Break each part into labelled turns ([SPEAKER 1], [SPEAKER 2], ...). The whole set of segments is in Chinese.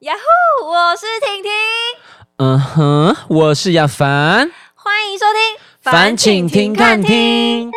[SPEAKER 1] 呀呼！我是婷婷，
[SPEAKER 2] 嗯哼，我是亚凡，
[SPEAKER 1] 欢迎收听。
[SPEAKER 2] 烦请听看。听。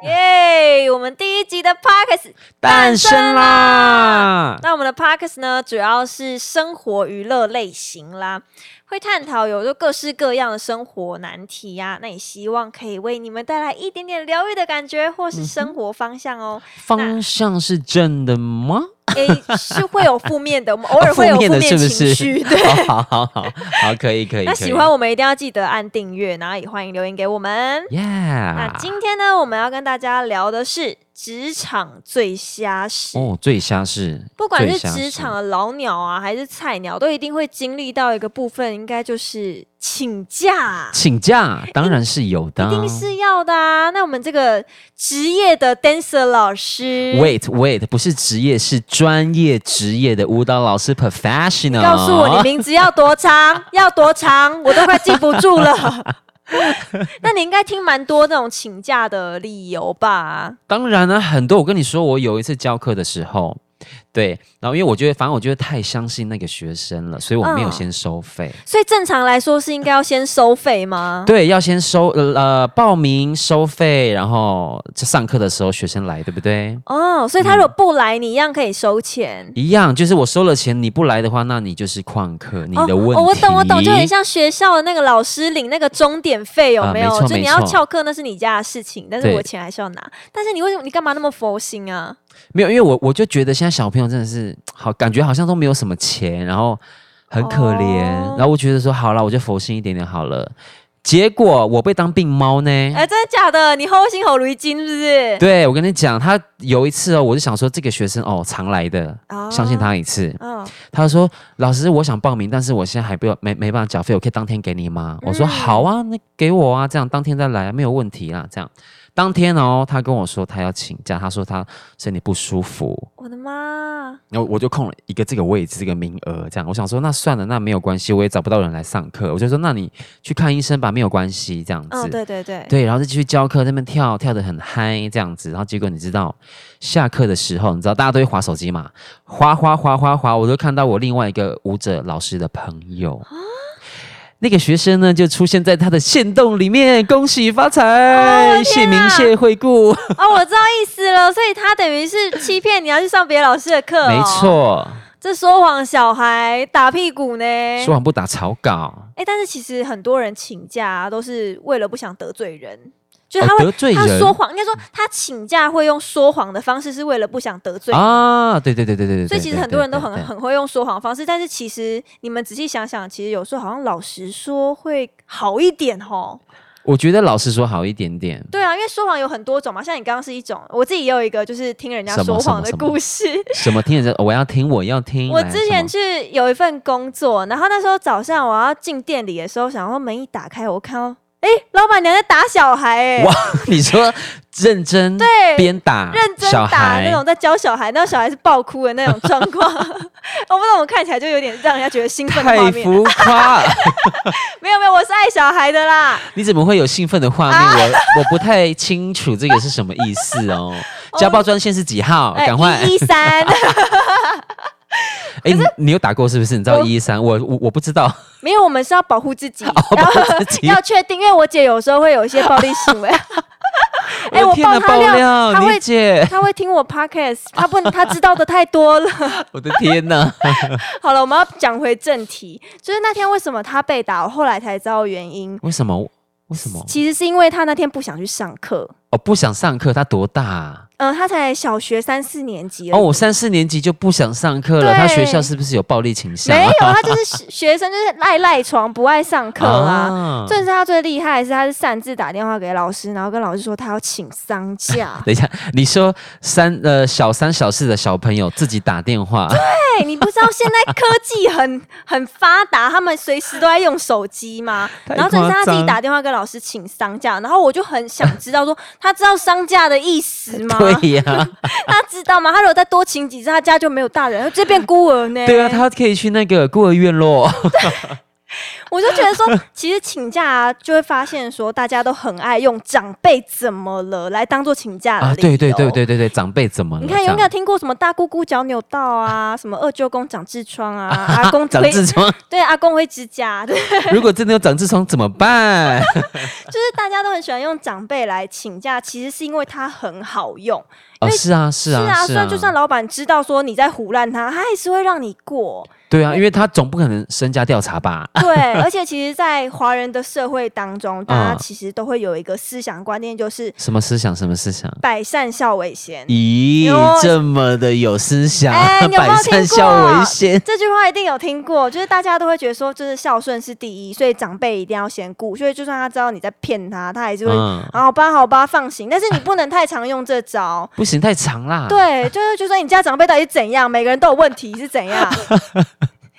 [SPEAKER 1] 耶我们第一集的 podcast
[SPEAKER 2] 诞生啦！
[SPEAKER 1] 那我们的 podcast 呢，主要是生活娱乐类型啦，会探讨有就各式各样的生活难题呀、那也希望可以为你们带来一点点疗愈的感觉，
[SPEAKER 2] 嗯
[SPEAKER 1] 或是生活方向哦。
[SPEAKER 2] 方向是正的吗？
[SPEAKER 1] 诶、是会有负面 的，我们偶尔
[SPEAKER 2] 哦
[SPEAKER 1] 会有负面情
[SPEAKER 2] 是不是？
[SPEAKER 1] 绪，对。
[SPEAKER 2] 好好好好好，可以可以。
[SPEAKER 1] 那
[SPEAKER 2] 可以
[SPEAKER 1] 喜欢我们一定要记得按订阅，然后也欢迎留言给我们。那
[SPEAKER 2] ？Yeah。
[SPEAKER 1] 今天呢，我们要跟大家聊的是职场最瞎事。
[SPEAKER 2] 哦，最瞎是
[SPEAKER 1] 不管
[SPEAKER 2] 最
[SPEAKER 1] 是
[SPEAKER 2] 瞎
[SPEAKER 1] 职场的老鸟啊，还是菜鸟，都一定会经历到一个部分，应该就是请假，
[SPEAKER 2] 请假当然是有的
[SPEAKER 1] 一
[SPEAKER 2] 啊。
[SPEAKER 1] 定是要的啊。那我们这个职业的 dancer 老师
[SPEAKER 2] Wait wait，不是职业，是专业职业的舞蹈老师 professional。
[SPEAKER 1] 告诉我你名字要多 长，要多长，我都快记不住了。那你应该听蛮多那种请假的理由吧？
[SPEAKER 2] 当然呢、很多我跟你说，我有一次教课的时候，对，然后因为我觉得，反正我觉得太相信那个学生了，所以我没有
[SPEAKER 1] 嗯
[SPEAKER 2] 先收费。
[SPEAKER 1] 所以正常来说是应该要先收费吗？
[SPEAKER 2] 对，要先收呃呃报名收费，然后上课的时候学生来，对不对？
[SPEAKER 1] 哦，所以
[SPEAKER 2] 嗯
[SPEAKER 1] 他如果不来，你一样可以收钱。
[SPEAKER 2] 一样，就是我收了钱，你不来的话，那你就是旷课，你的问题。
[SPEAKER 1] 哦哦，我懂我懂，就很像学校的那个老师领那个钟点费，有
[SPEAKER 2] 啊
[SPEAKER 1] 没有？
[SPEAKER 2] 没错
[SPEAKER 1] 就你
[SPEAKER 2] 没
[SPEAKER 1] 要
[SPEAKER 2] 错
[SPEAKER 1] 翘课那是你家的事情，但是
[SPEAKER 2] 对
[SPEAKER 1] 我钱还是要拿。但是你为什么你干嘛那么佛心啊？
[SPEAKER 2] 没有，因为我我就觉得现在小朋友真的是好，感觉好像都没有什么钱，然后很可怜，
[SPEAKER 1] 哦
[SPEAKER 2] 然后我觉得说好了，我就佛心一点点好了。结果我被当病猫呢。
[SPEAKER 1] 哎、真的假的？你齁心齁驴筋是不是？
[SPEAKER 2] 嗯对，我跟你讲，他有一次哦，我就想说这个学生哦，常来的，
[SPEAKER 1] 对
[SPEAKER 2] 相信。他一次。
[SPEAKER 1] 嗯，
[SPEAKER 2] 他说：“老师，我想报名，但是我现在还不要没没办法缴费，我可以当天给你吗？”我说：“
[SPEAKER 1] 嗯
[SPEAKER 2] 好啊，那给我啊，这样当天再来啊，没有问题啦。”这样，当天哦，他跟我说他要请假，他说他身体不舒服，
[SPEAKER 1] 我的妈！
[SPEAKER 2] 然后我就空了一个这个位置，这个名额，这样我想说那算了，那没有关系，我也找不到人来上课，我就说那你去看医生吧，没有关系，这样子。
[SPEAKER 1] 嗯，对对对，
[SPEAKER 2] 对，然后就继续教课，在那边跳跳得很嗨这样子，然后结果你知道，下课的时候，你知道大家都会划手机嘛，划划划划划，我就看到我另外一个舞者老师的朋
[SPEAKER 1] 啊
[SPEAKER 2] 友。那个学生呢，就出现在他的线洞里面，恭喜发财，
[SPEAKER 1] 哦
[SPEAKER 2] 谢
[SPEAKER 1] 天
[SPEAKER 2] 明
[SPEAKER 1] 啊
[SPEAKER 2] 谢惠顾，
[SPEAKER 1] 哦，我知道意思了，所以他等于是欺骗你要去上别的老师的课、哦
[SPEAKER 2] 没，错，
[SPEAKER 1] 这说谎小孩打屁股呢。
[SPEAKER 2] 说谎不打草稿，
[SPEAKER 1] 哎、但是其实很多人请假、啊、都是为了不想得罪人，就是
[SPEAKER 2] 哦
[SPEAKER 1] 他会、
[SPEAKER 2] 得罪
[SPEAKER 1] 他说
[SPEAKER 2] 人
[SPEAKER 1] 谎，应该说他请假会用说谎的方式，是为了不想得罪。
[SPEAKER 2] 啊，对对对对对对，
[SPEAKER 1] 所以
[SPEAKER 2] 对
[SPEAKER 1] 其实
[SPEAKER 2] 对
[SPEAKER 1] 很
[SPEAKER 2] 对
[SPEAKER 1] 多人都
[SPEAKER 2] 对
[SPEAKER 1] 很
[SPEAKER 2] 对
[SPEAKER 1] 很会用说谎的方式，但是其实你们仔细想想，其实有时候好像老实说会好一点哦。
[SPEAKER 2] 我觉得老师说好一点点，
[SPEAKER 1] 对啊，因为说谎有很多种嘛，像你刚刚是一种，我自己也有一个就是听人家
[SPEAKER 2] 什么
[SPEAKER 1] 说
[SPEAKER 2] 什么
[SPEAKER 1] 谎的
[SPEAKER 2] 什么
[SPEAKER 1] 故事。
[SPEAKER 2] 什么听着我要听，我要 听，
[SPEAKER 1] 我
[SPEAKER 2] 来
[SPEAKER 1] 之
[SPEAKER 2] 什
[SPEAKER 1] 前
[SPEAKER 2] 么
[SPEAKER 1] 去有一份工作，然后那时候早上我要进店里的时候，想说门一打开，我看到哎、诶老板娘在打小孩、诶
[SPEAKER 2] 哇， 你说认真
[SPEAKER 1] 对，
[SPEAKER 2] 边打
[SPEAKER 1] 认真
[SPEAKER 2] 啊小
[SPEAKER 1] 打那
[SPEAKER 2] 孩
[SPEAKER 1] 种在教小孩，那小孩是爆哭的那种状 况。我不懂，我看起来就有点让人家觉得兴奋的画
[SPEAKER 2] 太
[SPEAKER 1] 面。
[SPEAKER 2] 浮 夸，
[SPEAKER 1] 没有没有，我是爱小孩的啦。
[SPEAKER 2] 你怎么会有兴奋的画
[SPEAKER 1] 啊
[SPEAKER 2] 面？我我不太清楚这个是什么意思 哦。家暴专线是几号？赶快！
[SPEAKER 1] 哎一 三
[SPEAKER 2] 哎，你你有打过是不是？你知道
[SPEAKER 1] 我
[SPEAKER 2] 一一三？我我我不知道，
[SPEAKER 1] 没有，我们是要保护自 己，
[SPEAKER 2] 我
[SPEAKER 1] 要
[SPEAKER 2] 不哦自己。
[SPEAKER 1] 要确定，因为我姐有时候会有一些暴力 行为，哎我
[SPEAKER 2] 天哪，
[SPEAKER 1] 爆她
[SPEAKER 2] 爆
[SPEAKER 1] 料
[SPEAKER 2] 料！
[SPEAKER 1] 她会
[SPEAKER 2] 你姐，
[SPEAKER 1] 她会听我 podcast，她 不她知道的太多了。
[SPEAKER 2] 我的天哪！
[SPEAKER 1] 好了，我们要讲回正题，就是那天为什么她被打，我后来才知道原因。
[SPEAKER 2] 为什么？为什么？
[SPEAKER 1] 其实是因为她那天不想去上课，
[SPEAKER 2] 我不想上课，他多大啊？
[SPEAKER 1] 嗯、她才小学三四年级而已
[SPEAKER 2] 哦，我三四年级就不想上课了。他
[SPEAKER 1] 对
[SPEAKER 2] 学校是不是有暴力倾向啊？
[SPEAKER 1] 没有，他就是学 学生，就是赖赖床，不爱上课啊。
[SPEAKER 2] 啊。
[SPEAKER 1] 正是他最厉害的是，他是擅自打电话给老师，然后跟老师说他要请丧假
[SPEAKER 2] 等一下，你说三呃小三小四的小朋友自己打电话，
[SPEAKER 1] 对，你不知道现在科技很很发达，他们随时都在用手机吗？
[SPEAKER 2] 太
[SPEAKER 1] 然后正是他自己
[SPEAKER 2] 夸张
[SPEAKER 1] 打电话跟老师请丧假，然后我就很想知道说，他知道丧假的意思吗？
[SPEAKER 2] 对 呀、
[SPEAKER 1] 他知道吗？他如果再多请
[SPEAKER 2] 啊
[SPEAKER 1] 几次，他家就没有大人，这变孤儿呢？
[SPEAKER 2] 对啊，他可以去那个孤儿院咯。
[SPEAKER 1] 我就觉得说， 其实请假、啊、就会发现说，大家都很爱用“长辈怎么了”来当做请假的、
[SPEAKER 2] 啊， 对对对。对对对，长辈怎么了？
[SPEAKER 1] 你看有没有听过什么大姑姑脚扭到啊，什么二舅公长痔疮啊，阿公
[SPEAKER 2] 长
[SPEAKER 1] 推
[SPEAKER 2] 痔疮？
[SPEAKER 1] 对阿公会指甲，对，
[SPEAKER 2] 如果真的有长痔疮怎么办？
[SPEAKER 1] 就是大家都很喜欢用长辈来请假，其实是因为它很好用。
[SPEAKER 2] 哦，是啊，是啊，
[SPEAKER 1] 虽然就算老板知道说你在胡乱他，他还是会让你过。
[SPEAKER 2] 对啊，因为他总不可能身家调查吧？
[SPEAKER 1] 对，而且其实，在华人的社会当中，大
[SPEAKER 2] 嗯
[SPEAKER 1] 家其实都会有一个思想观念，就是
[SPEAKER 2] 什么思想？什么思想？
[SPEAKER 1] 百善孝为先。
[SPEAKER 2] 咦
[SPEAKER 1] 有，
[SPEAKER 2] 这么的有思想，
[SPEAKER 1] 哎你有没有
[SPEAKER 2] 百善孝为先。
[SPEAKER 1] 这句话一定有听过，就是大家都会觉得说，就是孝顺是第一，所以长辈一定要先顾。所以就算他知道你在骗他，他还是会、
[SPEAKER 2] 嗯
[SPEAKER 1] 啊好吧好吧放行。但是你不能太常用这招。
[SPEAKER 2] 不行，太长啦。，
[SPEAKER 1] 对，就是就算你家长辈到底是怎样，每个人都有问题是怎 样，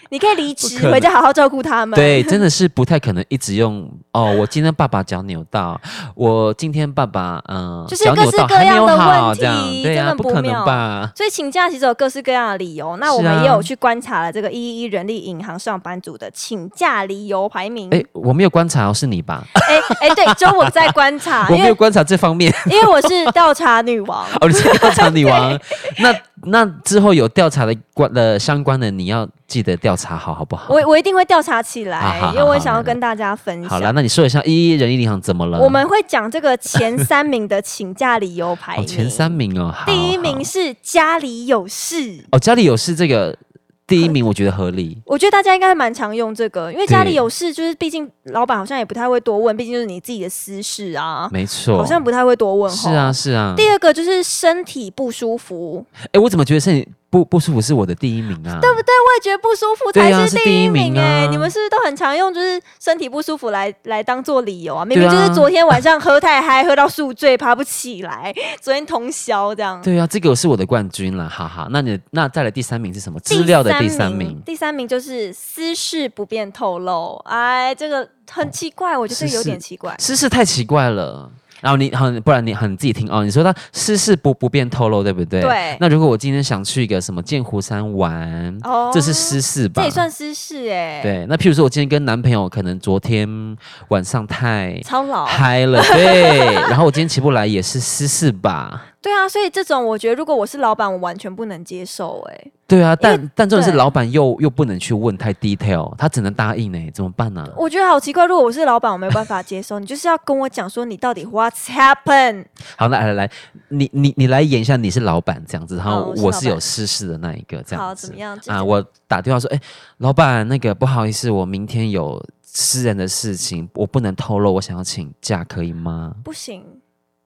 [SPEAKER 1] 你可以离
[SPEAKER 2] 不
[SPEAKER 1] 职
[SPEAKER 2] 可能
[SPEAKER 1] 回家好好照顾他们。
[SPEAKER 2] 对，真的是不太可能一直用 哦。我今天爸爸脚扭到，我今天爸爸嗯，
[SPEAKER 1] 就是
[SPEAKER 2] 脚
[SPEAKER 1] 各
[SPEAKER 2] 扭
[SPEAKER 1] 式
[SPEAKER 2] 到
[SPEAKER 1] 各
[SPEAKER 2] 还没
[SPEAKER 1] 样
[SPEAKER 2] 有
[SPEAKER 1] 的
[SPEAKER 2] 好
[SPEAKER 1] 问
[SPEAKER 2] 这样，
[SPEAKER 1] 题
[SPEAKER 2] 对
[SPEAKER 1] 真
[SPEAKER 2] 啊，
[SPEAKER 1] 的
[SPEAKER 2] 不
[SPEAKER 1] 不
[SPEAKER 2] 可能
[SPEAKER 1] 妙
[SPEAKER 2] 吧？
[SPEAKER 1] 所以请假其实有各式各样的理由，那
[SPEAKER 2] 是
[SPEAKER 1] 我们也
[SPEAKER 2] 啊
[SPEAKER 1] 有去观察了这个一一人力银行上班族的请假理由排名。
[SPEAKER 2] 哎，我没有观察哦，是你吧？
[SPEAKER 1] 哎哎、对，就我在观察，
[SPEAKER 2] 我
[SPEAKER 1] 啊因
[SPEAKER 2] 没有
[SPEAKER 1] 为
[SPEAKER 2] 观察这方面。
[SPEAKER 1] 因为我是调查女王，
[SPEAKER 2] 哦，你是调查女 王，那那之后有调查的关的相关的，你要记得调查好，好不 好？
[SPEAKER 1] 我我一定会调查起来，
[SPEAKER 2] 好啊好好
[SPEAKER 1] 因为我
[SPEAKER 2] 好
[SPEAKER 1] 想要
[SPEAKER 2] 来
[SPEAKER 1] 跟大家分
[SPEAKER 2] 好啦，
[SPEAKER 1] 享。
[SPEAKER 2] 那你说一下一一人力银行怎么了？
[SPEAKER 1] 我们会讲这个前三名的请假理由排
[SPEAKER 2] 哦
[SPEAKER 1] 名，
[SPEAKER 2] 前三名哦，好
[SPEAKER 1] 第一
[SPEAKER 2] 好
[SPEAKER 1] 名是家里有事。
[SPEAKER 2] 哦，家里有事这个第一名，我觉得合理。
[SPEAKER 1] 我觉得大家应该还蛮常用这个，因为家里
[SPEAKER 2] 对
[SPEAKER 1] 有事，就是毕竟老板好像也不太会多问，毕竟就是你自己的私事啊，
[SPEAKER 2] 没错，
[SPEAKER 1] 好像不太会多问。
[SPEAKER 2] 是啊，。是啊。
[SPEAKER 1] 第二个就是身体不舒服，
[SPEAKER 2] 哎，我怎么觉得是你不不舒服是我的第一名啊？对不对？
[SPEAKER 1] 味觉不舒服才
[SPEAKER 2] 对啊
[SPEAKER 1] 是
[SPEAKER 2] 是
[SPEAKER 1] 第
[SPEAKER 2] 第
[SPEAKER 1] 一
[SPEAKER 2] 一
[SPEAKER 1] 名
[SPEAKER 2] 名啊
[SPEAKER 1] 哎、你们是不是都很常用就是身体不舒服来来当做理由啊？明明
[SPEAKER 2] 对啊
[SPEAKER 1] 就是昨天晚上喝太嗨，喝到宿醉，爬不起来， 昨天通宵这样。
[SPEAKER 2] 对啊，这个是我的冠军啦，哈哈。那你那再来第三名是什么？资料的第三名。
[SPEAKER 1] 第三名就是私事不便透露，哎，这个很奇怪，我觉得这个
[SPEAKER 2] 私事
[SPEAKER 1] 有点奇怪。
[SPEAKER 2] 私事太奇怪了。然后你很，不然你很自己听哦。你说他私事不不便透露，对不对？
[SPEAKER 1] 对
[SPEAKER 2] 那如果我今天想去一个什么剑湖山玩，
[SPEAKER 1] 哦
[SPEAKER 2] 这是私事吧？
[SPEAKER 1] 这也算私事哎、
[SPEAKER 2] 对。那譬如说我今天跟男朋友可能昨天晚上太
[SPEAKER 1] 超老。
[SPEAKER 2] 嗨了，对。然后我今天起不来也是私事吧？
[SPEAKER 1] 对啊，所以这种我觉得，如果我是老板，我完全不能接受哎、
[SPEAKER 2] 对啊，但但重点是
[SPEAKER 1] 对
[SPEAKER 2] 老板又又不能去问太 detail，他只能答应呢、怎么办呢、
[SPEAKER 1] 我觉得好奇怪，如果我是老板，我没有办法接受。你就是要跟我讲说，你到底 what's happen？
[SPEAKER 2] 好，那来来来，你你你来演一下，你是老板这样子，然
[SPEAKER 1] 哦
[SPEAKER 2] 后
[SPEAKER 1] 我是
[SPEAKER 2] 我
[SPEAKER 1] 老
[SPEAKER 2] 是有
[SPEAKER 1] 板
[SPEAKER 2] 私事的那一个这
[SPEAKER 1] 好
[SPEAKER 2] 样
[SPEAKER 1] 怎
[SPEAKER 2] 子。
[SPEAKER 1] 么样这
[SPEAKER 2] 啊，我打电话说，哎、老板，那个不好意思，我明天有私人的事情，我不能透露，我想要请假，可以吗？
[SPEAKER 1] 不行，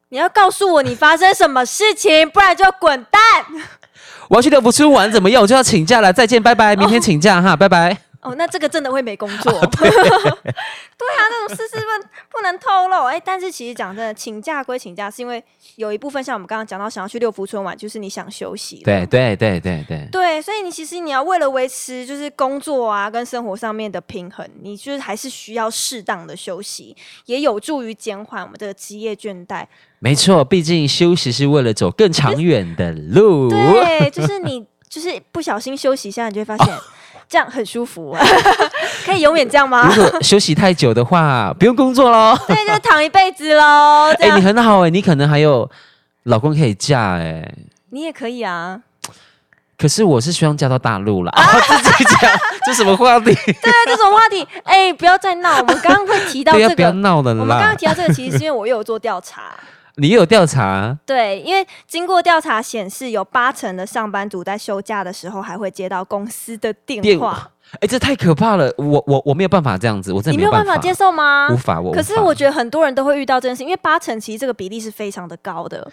[SPEAKER 1] 你要告诉我你发生什么事情，不然就滚蛋。
[SPEAKER 2] 我要去六福村玩，怎么样？我就要请假了，再见，拜拜，明天请假、哈，拜拜。
[SPEAKER 1] 哦，那这个真的会没工作。 对啊，那种私事不不能透露。哎，但是其实讲真的，请假归请假，是因为有一部分像我们刚刚讲到，想要去六福村玩，就是你想休息。
[SPEAKER 2] 对对对对对，
[SPEAKER 1] 对，所以你其实你要为了维持就是工作啊跟生活上面的平衡，你就是还是需要适当的休息，也有助于减缓我们这个职业倦怠。
[SPEAKER 2] 没错，毕竟休息是为了走更长远的路。
[SPEAKER 1] 对，就是你就是不小心休息一下，你就会发现、这样很舒服、啊， 可以永远这样吗？
[SPEAKER 2] 如果休息太久 的话，不用工作喽。
[SPEAKER 1] 对，就躺一辈子喽。哦这
[SPEAKER 2] 哎、
[SPEAKER 1] 样、
[SPEAKER 2] 你很好哎、你可能还有老公可以嫁哎、
[SPEAKER 1] 你也可以啊。
[SPEAKER 2] 可是我是希望嫁到大陆啦。啊， 自己讲这什么话题？
[SPEAKER 1] 对啊，这种话 题，哎、不要再闹。我们刚刚会提 到
[SPEAKER 2] 对呀、
[SPEAKER 1] 这
[SPEAKER 2] 不要
[SPEAKER 1] 个。
[SPEAKER 2] 闹了
[SPEAKER 1] 我们刚刚
[SPEAKER 2] 啦。
[SPEAKER 1] 提到这个，其实是因为我有做调 查，
[SPEAKER 2] 你也有调查？
[SPEAKER 1] 对，因为经过调查显示，有八成的上班族在休假的时候还会接到公司的电
[SPEAKER 2] 电
[SPEAKER 1] 话
[SPEAKER 2] 话，哎、这太可怕了！我我我没有办法这样子，我真
[SPEAKER 1] 你
[SPEAKER 2] 的
[SPEAKER 1] 没
[SPEAKER 2] 没
[SPEAKER 1] 有
[SPEAKER 2] 有
[SPEAKER 1] 办
[SPEAKER 2] 办
[SPEAKER 1] 法
[SPEAKER 2] 法
[SPEAKER 1] 接受吗
[SPEAKER 2] 无？法，我
[SPEAKER 1] 可
[SPEAKER 2] 无
[SPEAKER 1] 是
[SPEAKER 2] 法
[SPEAKER 1] 我觉得很多人都会遇到这件事，因为八成其实这个比例是非常的高的。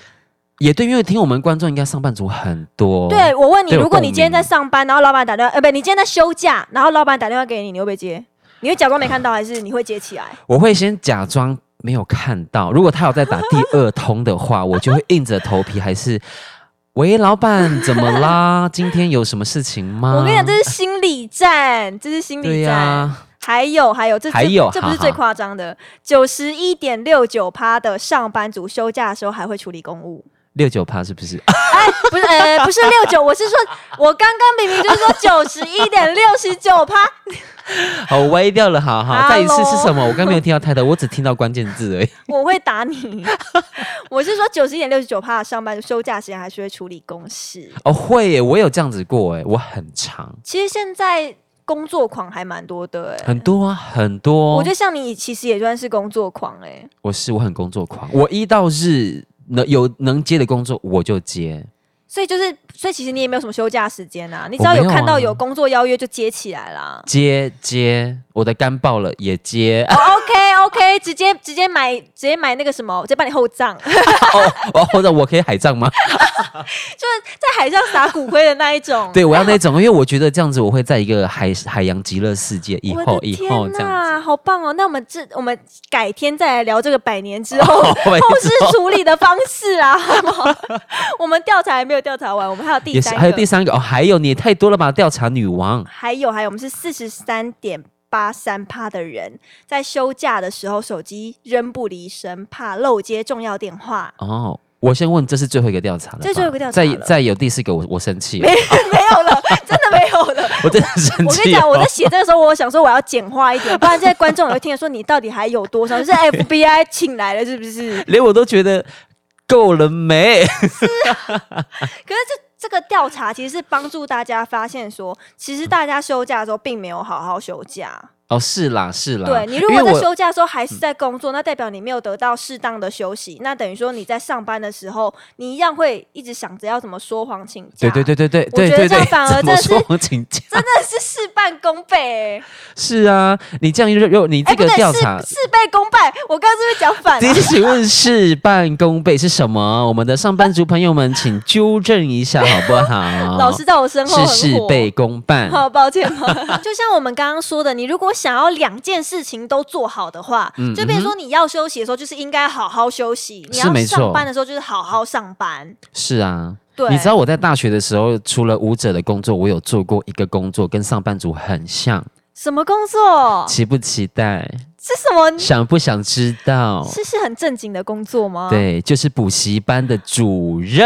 [SPEAKER 2] 也对，因为听我们观众应该上班族很多，
[SPEAKER 1] 对，我问你，
[SPEAKER 2] 哦对有
[SPEAKER 1] 如果你
[SPEAKER 2] 共
[SPEAKER 1] 今天在
[SPEAKER 2] 鸣
[SPEAKER 1] 上班，然后老板打电话，呃，不，你今天在休假，然后老板打电话给你，你会不会接？你会假装没看到，还是你会接起来？
[SPEAKER 2] 我会先假装没有看到，如果他有在打第二通 的话，我就会硬着头皮还是。喂，老板，怎么 啦？今天有什么事情吗？
[SPEAKER 1] 我跟你讲，这是心理战，这是心
[SPEAKER 2] 啊对
[SPEAKER 1] 理
[SPEAKER 2] 呀、
[SPEAKER 1] 战。还有还有，这这
[SPEAKER 2] 还有
[SPEAKER 1] 这不是
[SPEAKER 2] 哈哈
[SPEAKER 1] 最夸张的，九十一点六九趴的上班族休假的时候还会处理公务，
[SPEAKER 2] 六九趴是不是？
[SPEAKER 1] 哎，不是，呃，不是六九，我是说，我刚刚明明就说九十一点六十九趴，
[SPEAKER 2] 好，哦我歪掉了，好好，再一次
[SPEAKER 1] Hello
[SPEAKER 2] 是什么？我刚没有听到太多，我只听到关键字而已。
[SPEAKER 1] 我会打你。我是说九十一点六十九趴上班休假时间还是会处理公事。
[SPEAKER 2] 哦，会耶，我有这样子过哎，我很长，
[SPEAKER 1] 其实现在工作狂还蛮多的、哎，
[SPEAKER 2] 很多啊，很多。
[SPEAKER 1] 我觉得像你其实也算是工作狂哎、
[SPEAKER 2] 我是我很工作狂，我一到日能有能接的工作我就接，
[SPEAKER 1] 所以就是，所以其实你也没有什么休假时间啊，你只要有
[SPEAKER 2] 我没有啊
[SPEAKER 1] 看到有工作邀约就接起来 啦。
[SPEAKER 2] 接接我的干爆了也接。
[SPEAKER 1] 哦 OK OK，直接直接买直接买那个什么，直接帮你厚 葬，
[SPEAKER 2] 哦，哦或者我可以海葬 吗？
[SPEAKER 1] 在海上撒骨灰的那一种。
[SPEAKER 2] 对，我要那种，因为我觉得这样子我会在一个海海洋极乐世界以
[SPEAKER 1] 我
[SPEAKER 2] 后
[SPEAKER 1] 的
[SPEAKER 2] 以
[SPEAKER 1] 天
[SPEAKER 2] 后这样子。
[SPEAKER 1] 呐，好棒哦！那我们这我们改天再来聊这个百年之 后、
[SPEAKER 2] 哦没
[SPEAKER 1] 后事
[SPEAKER 2] 错
[SPEAKER 1] 处理的方式啊，好不好？ 我们调查还没有调查完，我们还有第
[SPEAKER 2] 也是，
[SPEAKER 1] 三个，
[SPEAKER 2] 还有第三个哦，还有你也太多了吧？调查女王，
[SPEAKER 1] 还有还有，我们是四十三点八三趴的人，在休假的时候手机扔不离身，怕漏接重要电话。
[SPEAKER 2] 哦，我先问，这是最后一个调查了吧，
[SPEAKER 1] 这是最后一个调查
[SPEAKER 2] 再
[SPEAKER 1] 了
[SPEAKER 2] 再有第四个，我我生气了，
[SPEAKER 1] 没有了，真的没有了。
[SPEAKER 2] 我真的 生
[SPEAKER 1] 我跟你
[SPEAKER 2] 气哦
[SPEAKER 1] 讲，我
[SPEAKER 2] 了
[SPEAKER 1] 在。写这个时候，我想说我要简化一点，不然这些观众也会听得说你到底还有多少？ 是 FBI 请来了是不是？
[SPEAKER 2] 连我都觉得够了没？
[SPEAKER 1] 可是这这个调查其实是帮助大家发现说，其实大家休假的时候并没有好好休假。
[SPEAKER 2] 哦，是啦，是啦。
[SPEAKER 1] 对你如
[SPEAKER 2] 因
[SPEAKER 1] 果在
[SPEAKER 2] 为我嗯
[SPEAKER 1] 休假的时候还是在工作，那代表你没有得到适当的休息，那等于说你在上班的时候，你一样会一直想着要怎么说谎请假。
[SPEAKER 2] 对对，对对对
[SPEAKER 1] 我觉得这
[SPEAKER 2] 对对对
[SPEAKER 1] 样，反而
[SPEAKER 2] 怎么
[SPEAKER 1] 真的是
[SPEAKER 2] 说谎请假？
[SPEAKER 1] 真的是事半功倍、欸。
[SPEAKER 2] 是啊，你这样又又你
[SPEAKER 1] 哎、不
[SPEAKER 2] 这个
[SPEAKER 1] 对，
[SPEAKER 2] 调
[SPEAKER 1] 事
[SPEAKER 2] 查，
[SPEAKER 1] 事倍功半，我刚刚是不是讲反
[SPEAKER 2] 第
[SPEAKER 1] 了？
[SPEAKER 2] 询问事半功倍是什么？我们的上班族朋友们，请纠正 一下好不好？
[SPEAKER 1] 老师在我身后很
[SPEAKER 2] 是
[SPEAKER 1] 火。
[SPEAKER 2] 哦事倍功半。
[SPEAKER 1] 好抱歉 吗？就像我们刚刚说的，你如果想要两件事情都做好的话，
[SPEAKER 2] 嗯
[SPEAKER 1] 就变成说你要休息的时候，就是应该好好休息；你
[SPEAKER 2] 是
[SPEAKER 1] 要
[SPEAKER 2] 没错
[SPEAKER 1] 上班的时候，就是好好上班。
[SPEAKER 2] 是啊，
[SPEAKER 1] 对，
[SPEAKER 2] 你知道我在大学的时候，除了舞者的工作，我有做过一个工作，跟上班族很像。
[SPEAKER 1] 什么工作？
[SPEAKER 2] 期不期待？
[SPEAKER 1] 是什么？
[SPEAKER 2] 想不想知道？
[SPEAKER 1] 是啊是很正经的工作吗？，
[SPEAKER 2] 哦对，就是补习班的主任。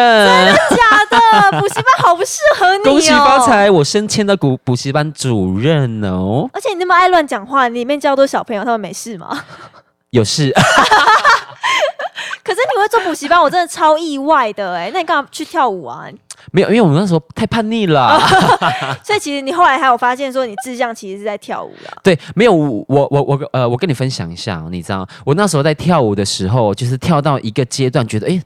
[SPEAKER 1] 假啊的，补习班好不适合你、哦。
[SPEAKER 2] 恭喜发！财！我升迁到补补习班主任哦，
[SPEAKER 1] 而且你那么爱乱讲话，你里面教都是小朋友，他们没事吗？
[SPEAKER 2] 有 事
[SPEAKER 1] 可是你会做补习班，我真的超意外的哎、那你干嘛去跳舞啊？
[SPEAKER 2] 没有？因为我们那时候太叛 逆了。
[SPEAKER 1] 所以其实你后来还有发现说，你志向其实是在跳舞啊。
[SPEAKER 2] 对，没有我我我我呃，我跟你分享一下哦，你知道我那时候在跳舞的时候，就是跳到一个阶段，觉得哎。诶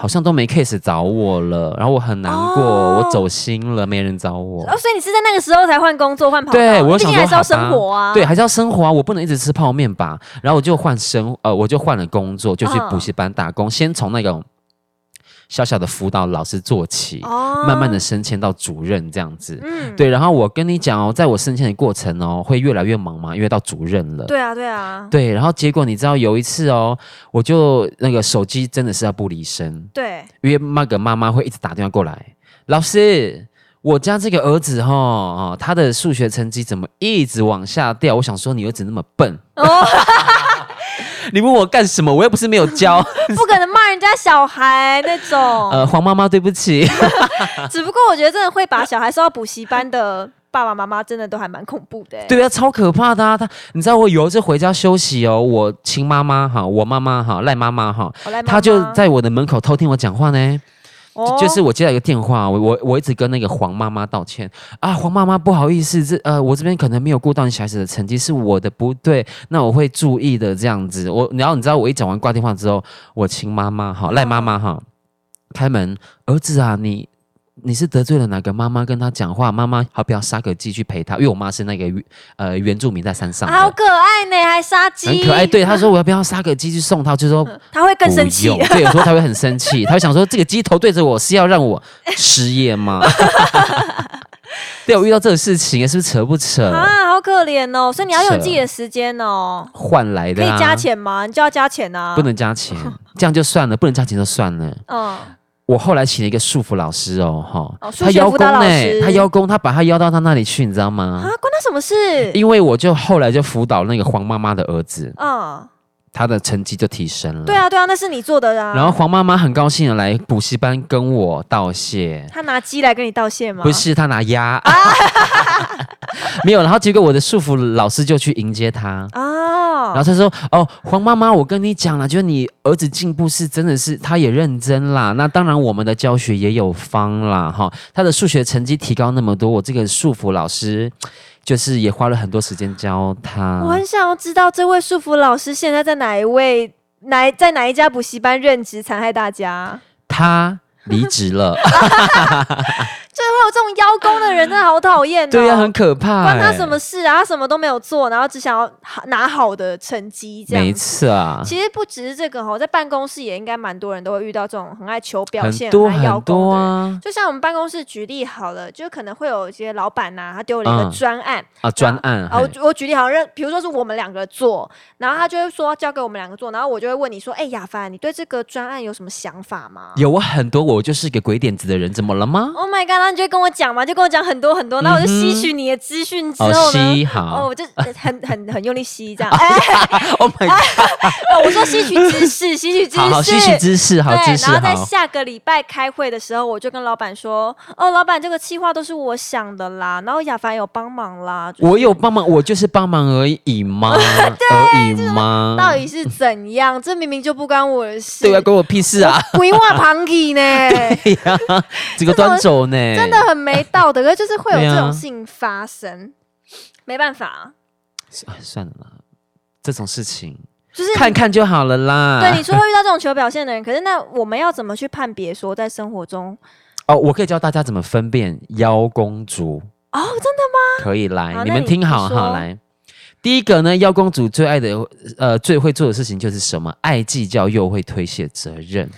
[SPEAKER 2] 好像都没 case 找我了，然后我很难过，
[SPEAKER 1] 哦
[SPEAKER 2] 我走心了，没人找我。
[SPEAKER 1] 哦，所以你是在那个时候才换工作换跑道，
[SPEAKER 2] 对，我
[SPEAKER 1] 毕
[SPEAKER 2] 想
[SPEAKER 1] 竟
[SPEAKER 2] 说
[SPEAKER 1] 还是
[SPEAKER 2] 好
[SPEAKER 1] 要
[SPEAKER 2] 吧
[SPEAKER 1] 生活啊。
[SPEAKER 2] 对，还是要生活啊，我不能一直吃泡面吧。然后我就换生，呃，我就换了工作，就去
[SPEAKER 1] 嗯
[SPEAKER 2] 补习班打工，先从那种小小的辅导老师做起，
[SPEAKER 1] 哦
[SPEAKER 2] 慢慢的，升迁到主任这样子。
[SPEAKER 1] 嗯，
[SPEAKER 2] 对，然后我跟你讲哦，在我升迁的过程哦，会越来越忙嘛，因为到主任了。
[SPEAKER 1] 对啊，对啊，
[SPEAKER 2] 对，然后结果你知道有一次哦，我就那个手机真的是要不离身，
[SPEAKER 1] 对，
[SPEAKER 2] 因为那个妈妈会一直打电话过来，老师，我家这个儿子哈、哦，他的数学成绩怎么一直往下掉？我想说你儿子那么笨，
[SPEAKER 1] 哦，
[SPEAKER 2] 你问我干什么？我又不是没有教。
[SPEAKER 1] 不可能骂人家小孩那种。
[SPEAKER 2] 呃，黄妈妈，对不起。
[SPEAKER 1] 只不过我觉得真的会把小孩送到补习班的爸爸妈妈，真的都还蛮恐怖的欸。
[SPEAKER 2] 对啊，超可怕的啊！他，你知道我有一次回家休息哦，我亲妈妈哈，我妈妈哈，赖妈妈哈，
[SPEAKER 1] 我来妈妈，
[SPEAKER 2] 她就在我的门口偷听我讲话呢。
[SPEAKER 1] 哦
[SPEAKER 2] 就是我接到一个电话，我我我一直跟那个黄妈妈道歉啊，黄妈妈不好意思，这呃我这边可能没有顾到你小孩子的成绩是我的不对，那我会注意的这样子。我然后你知道我一讲完挂电话之后，我亲妈妈哈赖妈妈哈开门，儿子啊你。你是得罪了哪个妈妈？跟她讲话，妈妈好比要杀个鸡去陪她，因为我妈是那个原呃原住民在山上的，
[SPEAKER 1] 啊好可爱呢，还杀鸡，
[SPEAKER 2] 很可爱。，对，她说我要不要杀个鸡去送她，就说
[SPEAKER 1] 他会更生气
[SPEAKER 2] 不。用对，有时候他会很生 气，他会想说这个鸡头对着我是要让我失业 吗？对，我遇到这个事情是不是扯不扯？
[SPEAKER 1] 啊，好可怜哦！所以你要有自己的时间哦，
[SPEAKER 2] 换来
[SPEAKER 1] 可
[SPEAKER 2] 的、
[SPEAKER 1] 以
[SPEAKER 2] 啊、
[SPEAKER 1] 加，钱吗？你就要加钱啊，
[SPEAKER 2] 不，能加钱， 这样就算了，不能加钱就算了。
[SPEAKER 1] 嗯，
[SPEAKER 2] 我后来请了一个束缚老师哦，哈、
[SPEAKER 1] 哦数
[SPEAKER 2] 他
[SPEAKER 1] 学
[SPEAKER 2] 邀
[SPEAKER 1] 辅
[SPEAKER 2] 功
[SPEAKER 1] 导老
[SPEAKER 2] 呢、
[SPEAKER 1] 师
[SPEAKER 2] 他邀功，他把他邀到他那里去，你知道吗？
[SPEAKER 1] 啊，关他什么事？
[SPEAKER 2] 因为我就后来就辅导那个黄妈妈的儿子，
[SPEAKER 1] 嗯，
[SPEAKER 2] 他的成绩就提升了。
[SPEAKER 1] 对啊，对啊，那是你做的啊。
[SPEAKER 2] 然后黄妈妈很高兴的来补习班跟我道谢，
[SPEAKER 1] 他拿鸡来跟你道谢吗？啊
[SPEAKER 2] 不，是她拿鸭， 没有。然后结果我的束缚老师就去迎接她。然
[SPEAKER 1] 哦
[SPEAKER 2] 后，他说：“哦，黄妈妈，我跟你讲了，就是你儿子进步是真的是，他也认真啦。那当然，我们的教学也有方啦，哈。他的数学成绩提高那么多，我这个束缚老师就是也花了很多时间教他。
[SPEAKER 1] 我很想要知道这位束缚老师现在在哪一位哪在哪一家补习班任职，残害大家。
[SPEAKER 2] 他离 职了，
[SPEAKER 1] 这会有这种邀功的人，真的好讨厌哦。
[SPEAKER 2] 对呀、很可怕、
[SPEAKER 1] 关
[SPEAKER 2] 哎
[SPEAKER 1] 他什么？事啊？他什么都没有做，然后只想要好拿好的成绩，这
[SPEAKER 2] 没
[SPEAKER 1] 样子。
[SPEAKER 2] 错啊，
[SPEAKER 1] 其实不只是这个哈，在办公室也应该蛮多人都会遇到这种很爱求表
[SPEAKER 2] 很
[SPEAKER 1] 现、
[SPEAKER 2] 多
[SPEAKER 1] 爱邀
[SPEAKER 2] 很
[SPEAKER 1] 功
[SPEAKER 2] 多
[SPEAKER 1] 的人。
[SPEAKER 2] 啊
[SPEAKER 1] 就像我们办公室举例好了，就可能会有一些老板呐、他丢了一个
[SPEAKER 2] 嗯
[SPEAKER 1] 专案，
[SPEAKER 2] 啊，专案
[SPEAKER 1] 啊，
[SPEAKER 2] 嘿
[SPEAKER 1] 我举我举例好像认，比如说是我们两个做，然后他就会说交给我们两个做，然后我就会问你说，哎、亚凡，你对这个专案有什么想法吗？
[SPEAKER 2] 有我很多，我就是个鬼点子的人，怎么了吗？
[SPEAKER 1] Oh my god！然后你就会跟我讲嘛，就跟我讲很多很多，然后我就吸取你的资讯之
[SPEAKER 2] 嗯哦，
[SPEAKER 1] 后呢，
[SPEAKER 2] 西
[SPEAKER 1] 哦，
[SPEAKER 2] 好
[SPEAKER 1] 我就呃很很很用力吸 这样。哎，
[SPEAKER 2] ，Oh my god，
[SPEAKER 1] 哦我说吸取知识，吸取知识，
[SPEAKER 2] 好好吸取知识，好
[SPEAKER 1] 啊对
[SPEAKER 2] 知，识
[SPEAKER 1] 然后在
[SPEAKER 2] 好。
[SPEAKER 1] 下个礼拜开会的时候，我就跟老板说：“哦，老板，这个计划都是我想的啦，然后亚凡有帮忙啦。就是”
[SPEAKER 2] 我有帮忙，我就是帮忙而已 吗？而已吗？
[SPEAKER 1] 到底是怎样？这明明就不关我的事。
[SPEAKER 2] 对啊，关我屁事 啊！
[SPEAKER 1] 鬼话旁听呢，
[SPEAKER 2] 哎呀，这个端走呢，
[SPEAKER 1] 真的很没道德，可是就是会有
[SPEAKER 2] 对啊
[SPEAKER 1] 这种事情发生，没办法，
[SPEAKER 2] 哎算了啦，这种事情
[SPEAKER 1] 就是
[SPEAKER 2] 看看啊就好了
[SPEAKER 1] 对
[SPEAKER 2] 啦
[SPEAKER 1] 你。说会遇到这种求表现的人，可是那我们要怎么去判别说在生活中
[SPEAKER 2] 哦，我可以教大家怎么分辨邀功族，
[SPEAKER 1] 哦，真的
[SPEAKER 2] 可以
[SPEAKER 1] 好
[SPEAKER 2] 来，你
[SPEAKER 1] 那
[SPEAKER 2] 们
[SPEAKER 1] 你
[SPEAKER 2] 听好
[SPEAKER 1] 你说
[SPEAKER 2] 哈，来。第一个呢，邀功主最爱的，呃，最会做的事情就是什么？爱计较又会推卸责任。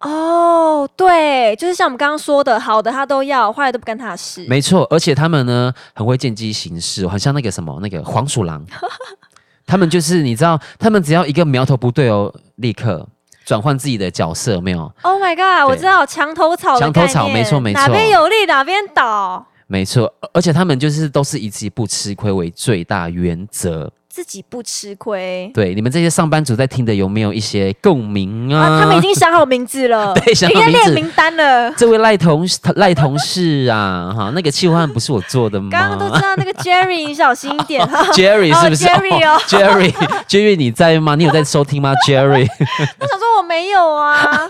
[SPEAKER 1] 哦，对，就是像我们刚刚说的，好的他都要，坏的都不干他的事，
[SPEAKER 2] 没错，而且他们呢很会见机行事，很像那个什么那个黄鼠 狼，他们就是你知道，他们只要一个苗头不对哦，立刻转换自己的角色，有没有？
[SPEAKER 1] Oh my god！我知道墙头草的
[SPEAKER 2] 墙头草
[SPEAKER 1] 概念
[SPEAKER 2] 没错没错
[SPEAKER 1] 哪边有利哪边倒，
[SPEAKER 2] 没错，而且他们就是都是以自己不吃亏为最大原则。
[SPEAKER 1] 自己不吃亏。
[SPEAKER 2] 对，你们这些上班族在听的有没有一些共鸣啊？
[SPEAKER 1] 啊，他们已经想好名字了，
[SPEAKER 2] 对想好
[SPEAKER 1] 已经在
[SPEAKER 2] 名字
[SPEAKER 1] 列名单了。
[SPEAKER 2] 这位赖同事赖同事啊，哈，那个气案不是我做的吗？
[SPEAKER 1] 刚刚都知道那个 Jerry，你小心一 点哈。
[SPEAKER 2] Jerry
[SPEAKER 1] 哦
[SPEAKER 2] 是不是、
[SPEAKER 1] Jerry 哦
[SPEAKER 2] j e r r y j e r r y 你在吗？你有在收听吗？Jerry，
[SPEAKER 1] 我想说我没有啊，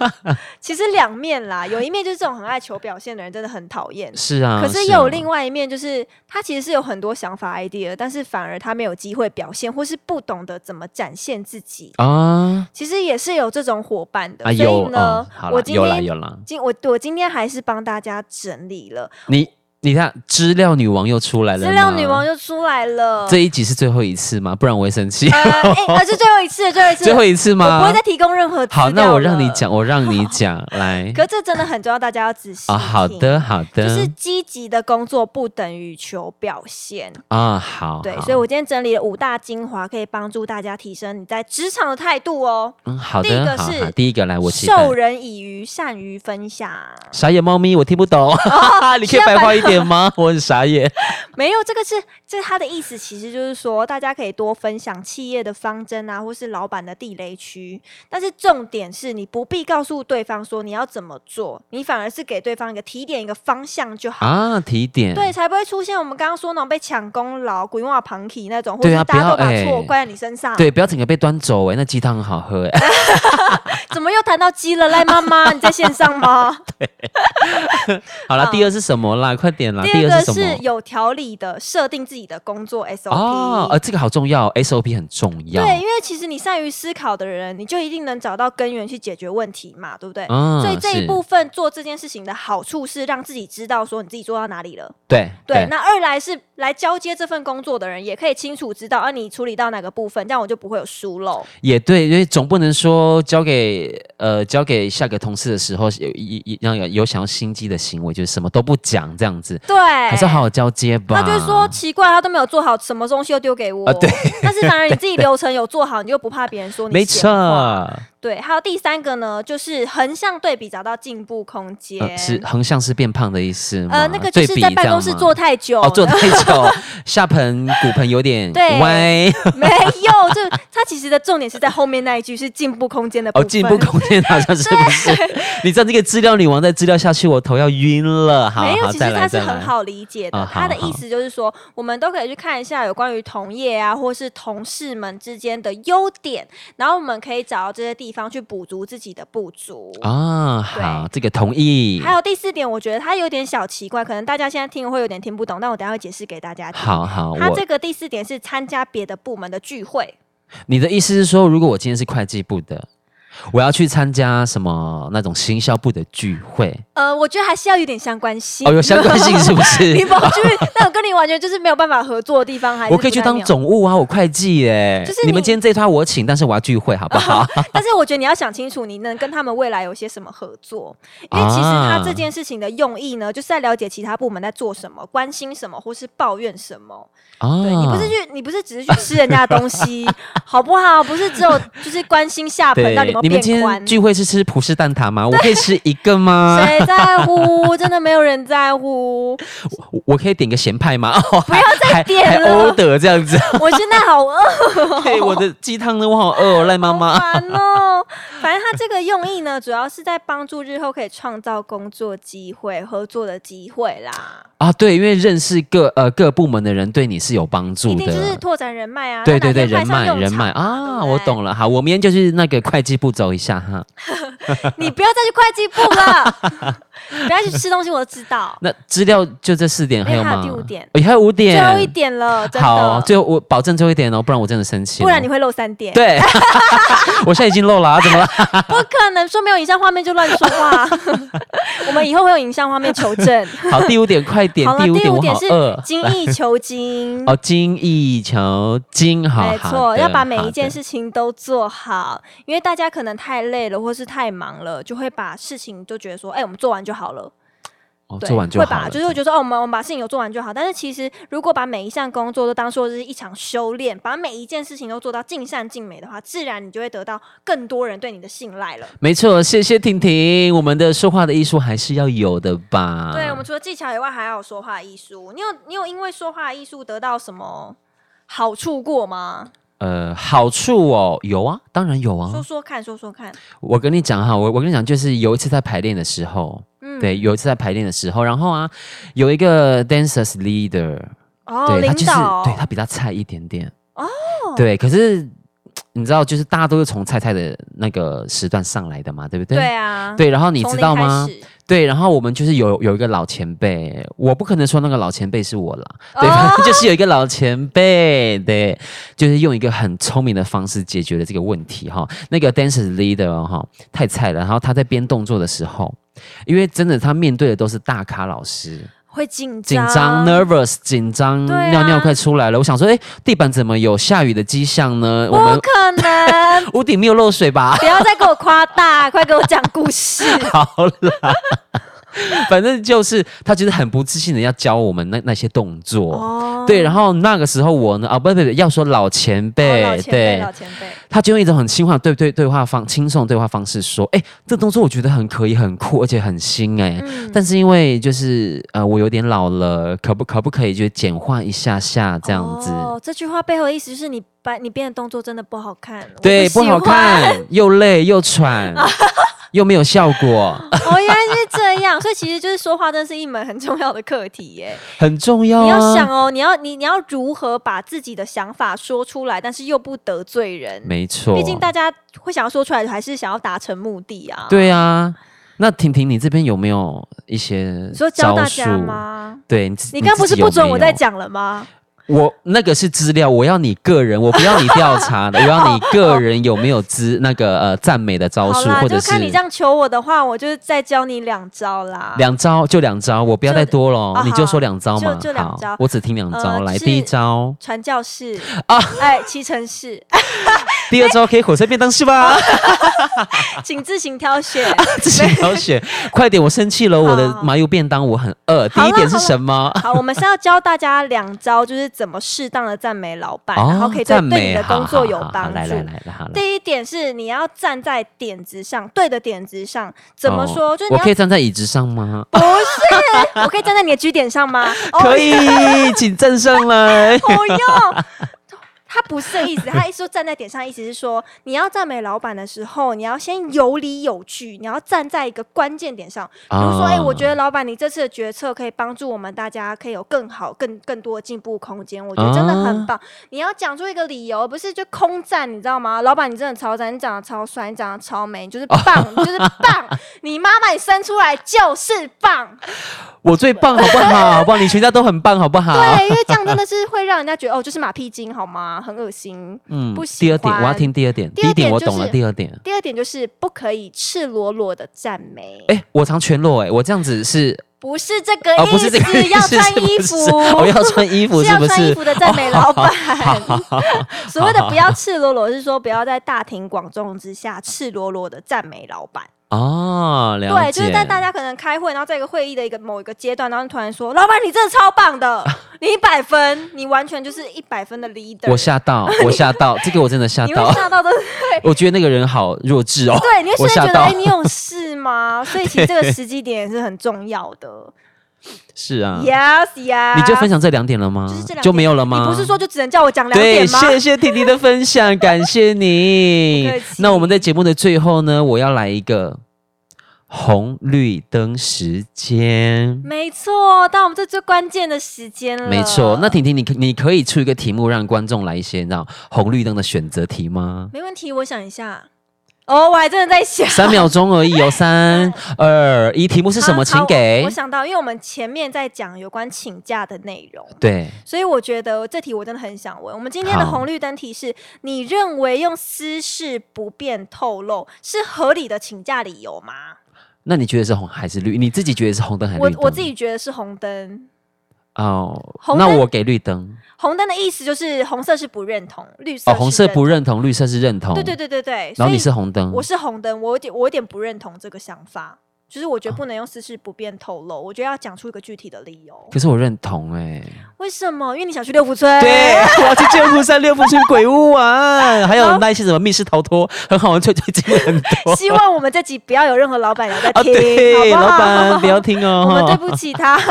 [SPEAKER 1] 其实两面啦，有一面就是这种很爱求表现的人真的很讨厌，
[SPEAKER 2] 是啊，
[SPEAKER 1] 可是
[SPEAKER 2] 啊
[SPEAKER 1] 也有另外一面，就是他其实是有很多想法 idea，但是反而他没有机会表现，或是不懂得怎么展现自己。
[SPEAKER 2] 啊
[SPEAKER 1] 其实也是有这种伙伴的，
[SPEAKER 2] 啊
[SPEAKER 1] 所
[SPEAKER 2] 有
[SPEAKER 1] 以呢
[SPEAKER 2] 哦，好
[SPEAKER 1] 我
[SPEAKER 2] 了，
[SPEAKER 1] 今
[SPEAKER 2] 有啦
[SPEAKER 1] 天
[SPEAKER 2] 有啦，
[SPEAKER 1] 今我我今天还是帮大家整理了，
[SPEAKER 2] 你你看资料女王又出来了，
[SPEAKER 1] 资料女王。又出来了。
[SPEAKER 2] 这一集是最后一次吗？不然我会生气。
[SPEAKER 1] 呃，哎、呃，是最后一次，最后一次，
[SPEAKER 2] 最后一次
[SPEAKER 1] 我不
[SPEAKER 2] 吗
[SPEAKER 1] 会再？提供任何资料
[SPEAKER 2] 好，那我让你
[SPEAKER 1] 了。
[SPEAKER 2] 讲，我让你讲，来
[SPEAKER 1] 可这真的很重要，大家要仔细
[SPEAKER 2] 啊，好
[SPEAKER 1] 听。
[SPEAKER 2] 的好的，
[SPEAKER 1] 就是积极的工作不等于求表现，
[SPEAKER 2] 啊好，
[SPEAKER 1] 对，
[SPEAKER 2] 好
[SPEAKER 1] 所以我今天整理了五大精华，可以帮助大家提升你在职场的态度哦。
[SPEAKER 2] 嗯好
[SPEAKER 1] 第一个
[SPEAKER 2] 的好
[SPEAKER 1] 是
[SPEAKER 2] 好，第一个来我期待
[SPEAKER 1] 授人以鱼，善于分享。
[SPEAKER 2] 傻眼猫咪，我听不懂， 你可以白话一点吗？我很傻眼。
[SPEAKER 1] 没有，这个是这他的意思，其实就是说，大家可以多分享企业的方针啊，或是老板的地雷区。但是重点是你不必告诉对方说你要怎么做，你反而是给对方一个提点、一个方向就好。
[SPEAKER 2] 啊，提点。
[SPEAKER 1] 对，才不会出现我们刚刚说那种被抢功劳、鬼话旁体那种，或
[SPEAKER 2] 对
[SPEAKER 1] 者
[SPEAKER 2] 啊
[SPEAKER 1] 大家都
[SPEAKER 2] 不要
[SPEAKER 1] 把
[SPEAKER 2] 哎
[SPEAKER 1] 错怪在你身上。
[SPEAKER 2] 对不要整个被端走哎、那鸡汤很好 喝哎、
[SPEAKER 1] 嗯怎么又谈到鸡了？赖妈妈，你在线上吗？
[SPEAKER 2] 好了，
[SPEAKER 1] 好
[SPEAKER 2] 第二是什么啦？快点啦！
[SPEAKER 1] 第二
[SPEAKER 2] 啊
[SPEAKER 1] 个
[SPEAKER 2] 二是什
[SPEAKER 1] 是
[SPEAKER 2] 么？
[SPEAKER 1] 有条理的设定自己的工作 SOP。
[SPEAKER 2] 哦，呃，这个好重要，SOP 很重要。
[SPEAKER 1] 对，因为其实你善于思考的人，你就一定能找到根源去解决问题嘛，对不对？
[SPEAKER 2] 嗯
[SPEAKER 1] 所以这一
[SPEAKER 2] 是
[SPEAKER 1] 部分做这件事情的好处是让自己知道说你自己做到哪里了。
[SPEAKER 2] 对
[SPEAKER 1] 对，那二来是来交接这份工作的人也可以清楚知道啊，你处理到哪个部分，这样我就不会有疏漏。
[SPEAKER 2] 也对，因为总不能说交给呃交给下个同事的时候，有一一那个有想要心机的行为，就是什么都不讲这样子，
[SPEAKER 1] 对，
[SPEAKER 2] 还是要好好交接吧。
[SPEAKER 1] 哎他就是说奇怪，他都没有做好，什 么东西又丢给我。
[SPEAKER 2] 啊对
[SPEAKER 1] 但是反而你自己流程有做好，你就不怕别人说你
[SPEAKER 2] 没
[SPEAKER 1] 闲话
[SPEAKER 2] 错，
[SPEAKER 1] 对，还有第三个呢，就是横向对比找到进步空间。
[SPEAKER 2] 呃，是横向是变胖的意思吗？
[SPEAKER 1] 呃，那个就是
[SPEAKER 2] 对比
[SPEAKER 1] 在办公
[SPEAKER 2] 这
[SPEAKER 1] 室
[SPEAKER 2] 样吗
[SPEAKER 1] 坐太久，
[SPEAKER 2] 哦，坐太久， 下盆骨盆有点
[SPEAKER 1] 对
[SPEAKER 2] 歪。
[SPEAKER 1] 没有，就它其实的重点是在后面那一句是进步空间的部
[SPEAKER 2] 哦，
[SPEAKER 1] 分。
[SPEAKER 2] 进步空间好像是不是？ 你知道这个资料女王再资料下去，我头要晕了。好
[SPEAKER 1] 没有，
[SPEAKER 2] 好，
[SPEAKER 1] 其
[SPEAKER 2] 再
[SPEAKER 1] 实它
[SPEAKER 2] 来
[SPEAKER 1] 是
[SPEAKER 2] 再
[SPEAKER 1] 很
[SPEAKER 2] 来。
[SPEAKER 1] 好理解的。
[SPEAKER 2] 啊
[SPEAKER 1] 它的
[SPEAKER 2] 好好
[SPEAKER 1] 意思就是说，我们都可以去看一下有关于同业啊，或是同事们之间的优点，然后我们可以找到这些地方去补足自己的不足。
[SPEAKER 2] 啊、好，这个同意。
[SPEAKER 1] 还有第四点，我觉得它有点小奇怪，可能大家现在听会有点听不懂，但我等一下会解释给大家听。
[SPEAKER 2] 好好，
[SPEAKER 1] 它
[SPEAKER 2] 我
[SPEAKER 1] 这个第四点是参加别的部门的聚会，
[SPEAKER 2] 你的意思是说，如果我今天是会计部的，我要去参加什么那种行销部的聚会？
[SPEAKER 1] 呃，我觉得还是要有点相关性。
[SPEAKER 2] 哦，有相关性是不是？
[SPEAKER 1] 你跑去那种跟你完全就是没有办法合作的地方，还是
[SPEAKER 2] 我可以
[SPEAKER 1] 不
[SPEAKER 2] 去
[SPEAKER 1] 太
[SPEAKER 2] 当
[SPEAKER 1] 妙。
[SPEAKER 2] 总务啊，我会计耶、
[SPEAKER 1] 就是
[SPEAKER 2] 你们
[SPEAKER 1] 你
[SPEAKER 2] 今天这一趴我请，但是我要聚会，好不好？
[SPEAKER 1] 但是我觉得你要想清楚，你能跟他们未来有些什么合作？因为其实
[SPEAKER 2] 啊
[SPEAKER 1] 他这件事情的用意呢，就是在了解其他部门在做什么，关心什么，或是抱怨什么。
[SPEAKER 2] 啊，
[SPEAKER 1] 对你不是去，你不是只是去吃人家的东西，好不好？不是只有就是关心下盆
[SPEAKER 2] 对
[SPEAKER 1] 到底有没
[SPEAKER 2] 你
[SPEAKER 1] 有
[SPEAKER 2] 们今
[SPEAKER 1] 变宽
[SPEAKER 2] 天。聚会是吃葡式蛋挞吗？我可以吃一个 吗？
[SPEAKER 1] 谁在乎？真的没有人在乎。
[SPEAKER 2] 我我可以点个咸 派吗？ 哦，不要
[SPEAKER 1] 再点
[SPEAKER 2] 还
[SPEAKER 1] 了
[SPEAKER 2] order 这样子。
[SPEAKER 1] 我现在 好饿，
[SPEAKER 2] 嘿，我的鸡汤呢？我好饿哦，赖妈
[SPEAKER 1] 好
[SPEAKER 2] 妈。
[SPEAKER 1] 烦哦。反正他这个用意呢，主要是在帮助日后可以创造工作机会、合作的机会啦。
[SPEAKER 2] 啊，对，因为认识各呃各部门的人对你是有帮
[SPEAKER 1] 一
[SPEAKER 2] 助
[SPEAKER 1] 定就是
[SPEAKER 2] 的。
[SPEAKER 1] 拓展人脉啊，
[SPEAKER 2] 对
[SPEAKER 1] 在哪
[SPEAKER 2] 对对，
[SPEAKER 1] 边派
[SPEAKER 2] 人
[SPEAKER 1] 上
[SPEAKER 2] 脉
[SPEAKER 1] 用
[SPEAKER 2] 人脉
[SPEAKER 1] 场对
[SPEAKER 2] 啊，
[SPEAKER 1] 不
[SPEAKER 2] 我
[SPEAKER 1] 对
[SPEAKER 2] 懂了。好，我明天就去那个会计部走一下哈。
[SPEAKER 1] 你不要再去会计部了， 不要去吃东西，我都知道。
[SPEAKER 2] 那资料就这四点，还有
[SPEAKER 1] 没有还有
[SPEAKER 2] 吗？
[SPEAKER 1] 第五点
[SPEAKER 2] 哦，还有五
[SPEAKER 1] 最
[SPEAKER 2] 点。
[SPEAKER 1] 后一点了，真
[SPEAKER 2] 好，
[SPEAKER 1] 的，
[SPEAKER 2] 最后我保证最后一点哦，不然我真的生气了。
[SPEAKER 1] 不然你会漏三点，
[SPEAKER 2] 对，啊 我现在已经漏了啊，怎么了？
[SPEAKER 1] 不可能说没有影像画面就乱说 话。我们以后会有影像画面求证。
[SPEAKER 2] 好，第五点快点
[SPEAKER 1] 好，了，
[SPEAKER 2] 第五
[SPEAKER 1] 第
[SPEAKER 2] 点
[SPEAKER 1] 五
[SPEAKER 2] 我
[SPEAKER 1] 点
[SPEAKER 2] 好
[SPEAKER 1] 是
[SPEAKER 2] 饿。
[SPEAKER 1] 精益求精。
[SPEAKER 2] 哦，精益求精，好，
[SPEAKER 1] 没
[SPEAKER 2] 好
[SPEAKER 1] 错，
[SPEAKER 2] 的
[SPEAKER 1] 要把每一件。
[SPEAKER 2] 好的
[SPEAKER 1] 事情都做好，因为大家可能太累了，或是太忙了，就会把事情就觉得说，哎、我们做完就好了。
[SPEAKER 2] 哦，
[SPEAKER 1] 对，
[SPEAKER 2] 做完就
[SPEAKER 1] 会
[SPEAKER 2] 好
[SPEAKER 1] 把
[SPEAKER 2] 了
[SPEAKER 1] 就是我觉得说，哦，我们我们把事情有做完就好。但是其实，如果把每一项工作都当做是一场修炼，把每一件事情都做到尽善尽美的话，自然你就会得到更多人对你的信赖了。
[SPEAKER 2] 没错，谢谢婷婷，我们的说话的艺术还是要有的吧？
[SPEAKER 1] 对我们除了技巧以外，还要有说话艺术。你有你有因为说话艺术得到什么好处过吗？
[SPEAKER 2] 呃，好处哦，有啊，当然有
[SPEAKER 1] 说
[SPEAKER 2] 啊。
[SPEAKER 1] 说看，说说看。
[SPEAKER 2] 我跟你讲哈，我我跟你讲，就是有一次在排练的时候，
[SPEAKER 1] 嗯，
[SPEAKER 2] 对，有一次在排练的时候，然后啊，有一个 dancers leader，
[SPEAKER 1] 哦，
[SPEAKER 2] 对
[SPEAKER 1] 领
[SPEAKER 2] 他就是
[SPEAKER 1] 导，
[SPEAKER 2] 对他比他菜一点点哦，对，可是你知道，就是大家都是从菜菜的那个时段上来的嘛，对不对？
[SPEAKER 1] 对啊，
[SPEAKER 2] 对然后你
[SPEAKER 1] 从
[SPEAKER 2] 知
[SPEAKER 1] 零
[SPEAKER 2] 道
[SPEAKER 1] 开
[SPEAKER 2] 吗？
[SPEAKER 1] 始？
[SPEAKER 2] 对，然后我们就是有有一个老前辈，我不可能说那个老前辈是我啦，
[SPEAKER 1] 哦
[SPEAKER 2] 对，反正就是有一个老前辈，对，就是用一个很聪明的方式解决了这个问题哈。那个 dancer leader 哦哈太菜了，然后他在编动作的时候，因为真的他面对的都是大咖老师，
[SPEAKER 1] 会紧
[SPEAKER 2] 紧张 nervous 紧张，
[SPEAKER 1] 对啊
[SPEAKER 2] 尿尿快出来了。我想说，哎，地板怎么有下雨的迹象呢？我
[SPEAKER 1] 不
[SPEAKER 2] 们
[SPEAKER 1] 可能，
[SPEAKER 2] 屋顶没有漏水吧？
[SPEAKER 1] 不要再给我夸大， 快给我讲故事。
[SPEAKER 2] 好啦， 反正就是他就是很不自信的要教我们那那些动作。
[SPEAKER 1] 哦，
[SPEAKER 2] 对，然后那个时候我呢，啊，不不不，要说老前辈，
[SPEAKER 1] 哦老前辈，
[SPEAKER 2] 对
[SPEAKER 1] 老，前辈，
[SPEAKER 2] 他就用一种很轻缓的对对对话方轻松的对话方式说，哎，这动作我觉得很可以，很酷，而且很新哎、
[SPEAKER 1] 嗯
[SPEAKER 2] 但是因为就是呃，我有点老了，可不可不可以就简化一下下这样子？
[SPEAKER 1] 哦，这句话背后的意思就是你把你变的动作真的不好看，我
[SPEAKER 2] 对，
[SPEAKER 1] 不
[SPEAKER 2] 不
[SPEAKER 1] 喜
[SPEAKER 2] 好
[SPEAKER 1] 欢。
[SPEAKER 2] 看，又累又喘，又没有效果，
[SPEAKER 1] 哦，原来是这样，所以其实就是说话，真是一门很重要的课题耶。
[SPEAKER 2] 很重要啊。
[SPEAKER 1] 你要想哦，你要你你要如何把自己的想法说出来，但是又不得罪人。
[SPEAKER 2] 没错，
[SPEAKER 1] 毕竟大家会想要说出来，还是想要达成目的啊。，
[SPEAKER 2] 对啊。那婷婷，你这边有没有一些
[SPEAKER 1] 你说教大家？吗？
[SPEAKER 2] 对，你自
[SPEAKER 1] 你刚不
[SPEAKER 2] 自
[SPEAKER 1] 是
[SPEAKER 2] 己有
[SPEAKER 1] 不准
[SPEAKER 2] 没
[SPEAKER 1] 我在
[SPEAKER 2] 有
[SPEAKER 1] 讲了吗？
[SPEAKER 2] 我那个是资料，我要你个人，我不要你调查 的，我要你个人有没有资那个呃赞美的招
[SPEAKER 1] 好
[SPEAKER 2] 数，
[SPEAKER 1] 啦，
[SPEAKER 2] 或者
[SPEAKER 1] 就是看你这样求我的话，我就是再教你两招啦。
[SPEAKER 2] 两招就两招，我不要
[SPEAKER 1] 就
[SPEAKER 2] 再多了，
[SPEAKER 1] 哦
[SPEAKER 2] 你
[SPEAKER 1] 好
[SPEAKER 2] 就说两招
[SPEAKER 1] 就
[SPEAKER 2] 嘛。
[SPEAKER 1] 就两招
[SPEAKER 2] 好，我只听两
[SPEAKER 1] 呃
[SPEAKER 2] 招，来
[SPEAKER 1] 是
[SPEAKER 2] 第一招，
[SPEAKER 1] 传教士
[SPEAKER 2] 啊
[SPEAKER 1] 啊，哎，骑乘式，哎
[SPEAKER 2] 第二招可以火车便当是吧？
[SPEAKER 1] 请自行挑选。
[SPEAKER 2] 自己挑选，快点，我生气了，我的
[SPEAKER 1] 好
[SPEAKER 2] 麻油便当我很饿。第
[SPEAKER 1] 好啊
[SPEAKER 2] 一
[SPEAKER 1] 了
[SPEAKER 2] 点是
[SPEAKER 1] 好了
[SPEAKER 2] 什么？
[SPEAKER 1] 好，我们是要教大家两招，就是怎么适当的赞美老板，
[SPEAKER 2] 哦
[SPEAKER 1] 然后啊可以对
[SPEAKER 2] 赞
[SPEAKER 1] 对你
[SPEAKER 2] 美
[SPEAKER 1] 的
[SPEAKER 2] 好
[SPEAKER 1] 工作
[SPEAKER 2] 好
[SPEAKER 1] 有
[SPEAKER 2] 好好
[SPEAKER 1] 帮
[SPEAKER 2] 来
[SPEAKER 1] 助
[SPEAKER 2] 来。来来好来，
[SPEAKER 1] 第一点是你要站在点子上，对的点子上。怎么
[SPEAKER 2] 哦
[SPEAKER 1] 说？就是
[SPEAKER 2] 我
[SPEAKER 1] 你
[SPEAKER 2] 可
[SPEAKER 1] 要
[SPEAKER 2] 以站在椅子上吗？
[SPEAKER 1] 不是，我可以站在你的据点上吗？哦
[SPEAKER 2] 可以，请站 上来。
[SPEAKER 1] 哦哟，他不是这意思，他意思说站在点上，意思是说你要赞美老板的时候，你要先有理有据，你要站在一个关键点上。比如说，哎、我觉
[SPEAKER 2] 得
[SPEAKER 1] 得老板你这次的决策可以帮助我们大家，可以有更好、更更多的进步空间，我觉得真的很棒。你要讲出一个理由，而不是就空赞，你知道吗？老板你真的超赞，你长得超帅，你长得超美，你就是棒，你就是棒，你妈把你生出来就是棒。
[SPEAKER 2] 我最棒，好不好？好不好？你全家都很棒，好不好？
[SPEAKER 1] 对，因为这样真的是会让人家觉得哦，就是马屁精好吗？很恶心。
[SPEAKER 2] 嗯
[SPEAKER 1] 不喜
[SPEAKER 2] 第二点，我要
[SPEAKER 1] 欢
[SPEAKER 2] 听第二点。
[SPEAKER 1] 第
[SPEAKER 2] 第
[SPEAKER 1] 二
[SPEAKER 2] 一点
[SPEAKER 1] 点
[SPEAKER 2] 我
[SPEAKER 1] 就是
[SPEAKER 2] 懂了，第二点。
[SPEAKER 1] 第二点就是不可以赤裸裸的赞美，
[SPEAKER 2] 哎，我常全裸，哎，我这样子是
[SPEAKER 1] 不是这个
[SPEAKER 2] 哦，
[SPEAKER 1] 意
[SPEAKER 2] 不是
[SPEAKER 1] 思，
[SPEAKER 2] 这个意
[SPEAKER 1] 要
[SPEAKER 2] 思，
[SPEAKER 1] 穿
[SPEAKER 2] 是不
[SPEAKER 1] 衣
[SPEAKER 2] 是
[SPEAKER 1] 服，
[SPEAKER 2] 我要穿衣 服，
[SPEAKER 1] 是
[SPEAKER 2] 是
[SPEAKER 1] 要
[SPEAKER 2] 哦不
[SPEAKER 1] 穿衣
[SPEAKER 2] 是？
[SPEAKER 1] 服的赞美老板。 所谓的
[SPEAKER 2] 好
[SPEAKER 1] 不要赤裸裸，是说不要在大庭广众之下赤裸裸的赞美老板。
[SPEAKER 2] 哦，了解。
[SPEAKER 1] 对，就是在大家可能开会，然后在一个会议的一个某一个阶段，然后突然说：“老板，你真的超棒 的，你一百分，你完全就是一百分的 leader。”
[SPEAKER 2] 我吓到，我吓到，这个我真的吓
[SPEAKER 1] 你会
[SPEAKER 2] 到。
[SPEAKER 1] 吓到的，
[SPEAKER 2] 我觉得那个人好弱智哦。
[SPEAKER 1] 对，你会
[SPEAKER 2] 我
[SPEAKER 1] 瞬间觉
[SPEAKER 2] 吓
[SPEAKER 1] 得，
[SPEAKER 2] 到
[SPEAKER 1] 哎、你有事吗？所以其实这个时机点也是很重要 的。
[SPEAKER 2] 是啊，
[SPEAKER 1] yes, yes，
[SPEAKER 2] 你就分享这两点了吗
[SPEAKER 1] 就是这两？点
[SPEAKER 2] 啊就没有了吗？
[SPEAKER 1] 你不是说就只能叫我讲两
[SPEAKER 2] 对，
[SPEAKER 1] 点吗？
[SPEAKER 2] 谢谢婷婷的分享，感谢你
[SPEAKER 1] 不客气。
[SPEAKER 2] 那我们在节目的最后呢，我要来一个红绿灯时 间。
[SPEAKER 1] 没错，到我们这最关键的时间了。？
[SPEAKER 2] 没错，那婷婷，你可你可以出一个题目让观众来一些，你知道红绿灯的选择题吗
[SPEAKER 1] 没问题，我想一下。哦，我还真的在想。
[SPEAKER 2] 三秒钟 而已哦，三二一，题目 是什
[SPEAKER 1] 啊好
[SPEAKER 2] 么？请
[SPEAKER 1] 好
[SPEAKER 2] 给
[SPEAKER 1] 我我。想到，因为我们前面在讲有关请假的内容，
[SPEAKER 2] 对，
[SPEAKER 1] 所以我觉得这题我真的很想问。我们今天的
[SPEAKER 2] 好
[SPEAKER 1] 红绿灯题是：你认为用私事不便透露是合理的请假理由吗？
[SPEAKER 2] 那你觉得是红还是绿？你自己觉得是红灯还是
[SPEAKER 1] 我
[SPEAKER 2] 绿灯？
[SPEAKER 1] 我自己觉得是红灯。
[SPEAKER 2] 哦
[SPEAKER 1] 红，
[SPEAKER 2] 那
[SPEAKER 1] 灯
[SPEAKER 2] 我给绿灯
[SPEAKER 1] 红灯的意思就是红色是不认同，绿色
[SPEAKER 2] 哦，
[SPEAKER 1] 是
[SPEAKER 2] 红色
[SPEAKER 1] 认
[SPEAKER 2] 不认同，绿色是认同。
[SPEAKER 1] 对对对对对，
[SPEAKER 2] 然后你
[SPEAKER 1] 所
[SPEAKER 2] 是红灯
[SPEAKER 1] 以，我是红灯，我有点我有点不认同这个想法，就是我
[SPEAKER 2] 啊
[SPEAKER 1] 觉得不能用私事不便透露，我觉得要讲出一个具体的理由。
[SPEAKER 2] 可是我认同哎、
[SPEAKER 1] 为什么？因为你想去六福村，
[SPEAKER 2] 对， 我要去旧福山、六福村、鬼屋玩，还有那一些什么密室逃脱，很好玩，就就经历很多
[SPEAKER 1] 希望我们这集不要有任何老板娘在
[SPEAKER 2] 啊。
[SPEAKER 1] 听，
[SPEAKER 2] 对，
[SPEAKER 1] 好不
[SPEAKER 2] 老
[SPEAKER 1] 好？
[SPEAKER 2] 板 不要听
[SPEAKER 1] 我们对
[SPEAKER 2] 哦，
[SPEAKER 1] 不起他。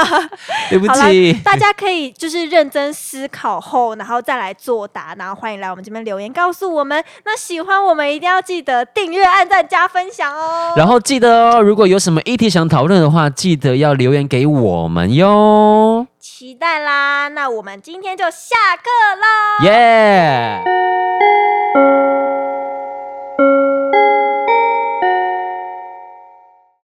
[SPEAKER 2] 对不
[SPEAKER 1] 好了
[SPEAKER 2] 起，。
[SPEAKER 1] 大家可以就是认真思考后，然后再来作答，然后欢迎来我们这边留言告诉我们。那喜欢我们一定要记得订阅、按赞、加分享哦。
[SPEAKER 2] 然后记得哦，如果有什么议题想讨论的话，记得要留言给我们哟，
[SPEAKER 1] 期待啦！那我们今天就下课喽。
[SPEAKER 2] 耶、